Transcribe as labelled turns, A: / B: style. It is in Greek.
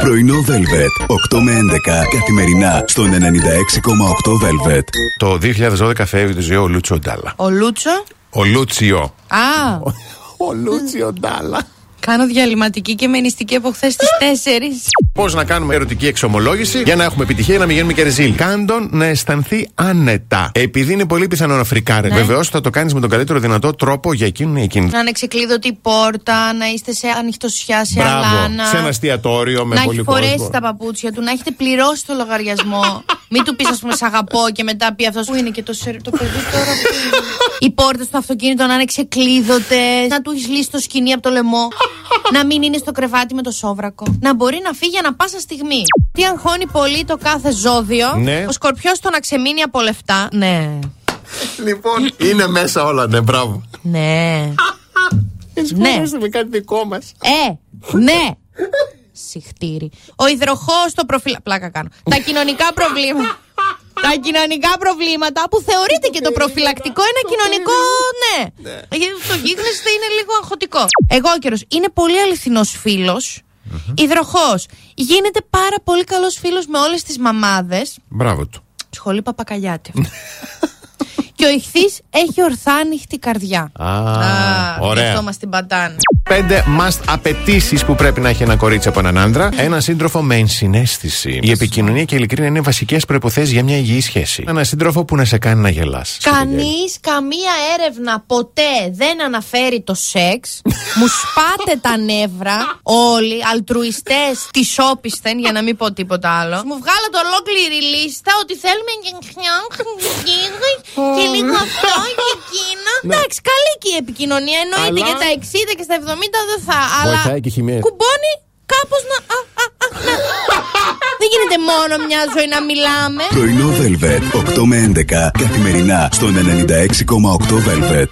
A: Πρωινό Velvet. 8 με 11 καθημερινά στον 96,8 Velvet.
B: Το 2012 φεύγει τη ζωή ο Λούτσιο Ντάλα.
C: Ο Λούτσο.
B: Ο Λούτσιο.
C: Α,
B: Ο Λούτσιο Ντάλα.
C: κάνω διαλυματική και μενιστική από χθες στις 4.
B: Πώς να κάνουμε ερωτική εξομολόγηση για να έχουμε επιτυχία και να μην γίνουμε και ρεζίλ. Κάντον να αισθανθεί άνετα. Επειδή είναι πολύ πιθανό να φρικάρει. Βεβαίως θα το κάνεις με τον καλύτερο δυνατό τρόπο για εκείνον ή εκείνη.
C: Ναι. Να είναι ξεκλείδωτη η πόρτα, να είστε σε ανοιχτοσιά, σε
B: Μπράβο.
C: αλάνα.
B: Σε ένα εστιατόριο με
C: να
B: πολύ
C: έχει
B: κόσμο.
C: φορέσει τα παπούτσια του, να έχετε πληρώσει το λογαριασμό. Μην του πεις, ας πούμε, σ' αγαπώ και μετά πει αυτός. Πού είναι και το, σερ, το παιδί τώρα. Που... είναι?» Οι πόρτες του αυτοκίνητου να είναι ξεκλείδωτες. Να του έχεις λύσει το σκηνή από το λαιμό. να μην είναι στο κρεβάτι με το σόβρακο. Να μπορεί να φύγει ανα πάσα στιγμή. Τι αγχώνει πολύ το κάθε ζώδιο.
B: Ναι.
C: Ο σκορπιός το να ξεμείνει από λεφτά. Ναι.
B: Λοιπόν, είναι μέσα όλα, ναι, μπράβο.
C: Ναι.
B: Έτσι
C: Ναι.
B: φαντάζεσαι με κάτι δικό μας.
C: Ε, ναι. Συχτήρι. Ο υδροχός το προφυλα... Πλάκα κάνω. Τα κοινωνικά προβλήματα. Τα κοινωνικά προβλήματα που θεωρείται και το προφυλακτικό ένα κοινωνικό. Ναι. Γιατί το γίγνεσθε είναι λίγο αγχωτικό. Εγώ καιρο. Είναι πολύ αληθινός φίλος. Υδροχός. Γίνεται πάρα πολύ καλός φίλος με όλες τις μαμάδες.
B: Μπράβο του.
C: Σχολή παπακαλιάτη. αυτό. και ο ηχθής έχει ορθά ανοιχτή καρδιά.
B: Α,
C: Α,
B: ωραία.
C: γι' αυτό μας την πατάνε.
B: Πέντε must απαιτήσεις που πρέπει να έχει ένα κορίτσι από έναν άντρα. Ένα σύντροφο με ενσυναίσθηση. Η επικοινωνία και η ειλικρίνεια είναι βασικές προποθέσει για μια υγιή σχέση. Ένα σύντροφο που να σε κάνει να γελάς.
C: Κανείς, καμία έρευνα ποτέ δεν αναφέρει το σεξ. Μου σπάτε τα νεύρα όλοι, αλτρουιστές, τις όπισθεν, για να μην πω τίποτα άλλο. Μου βγάλατε ολόκληρη λίστα ότι θέλουμε και χνιά, χνιά, και λίγο αυτό και εκείνο. Εντάξει, καλή και η επικοινωνία. Εννοείται
B: Αλλά-
C: και τα 60 και στα 70 δεν θα. Αλλά
B: Βοηθάει και η χημεία.
C: κουμπώνει κάπως να. α, α, α, να. Δεν γίνεται μόνο μια ζωή να μιλάμε.
A: Πρωινό Velvet. 8 με 11 καθημερινά στον 96,8 Velvet.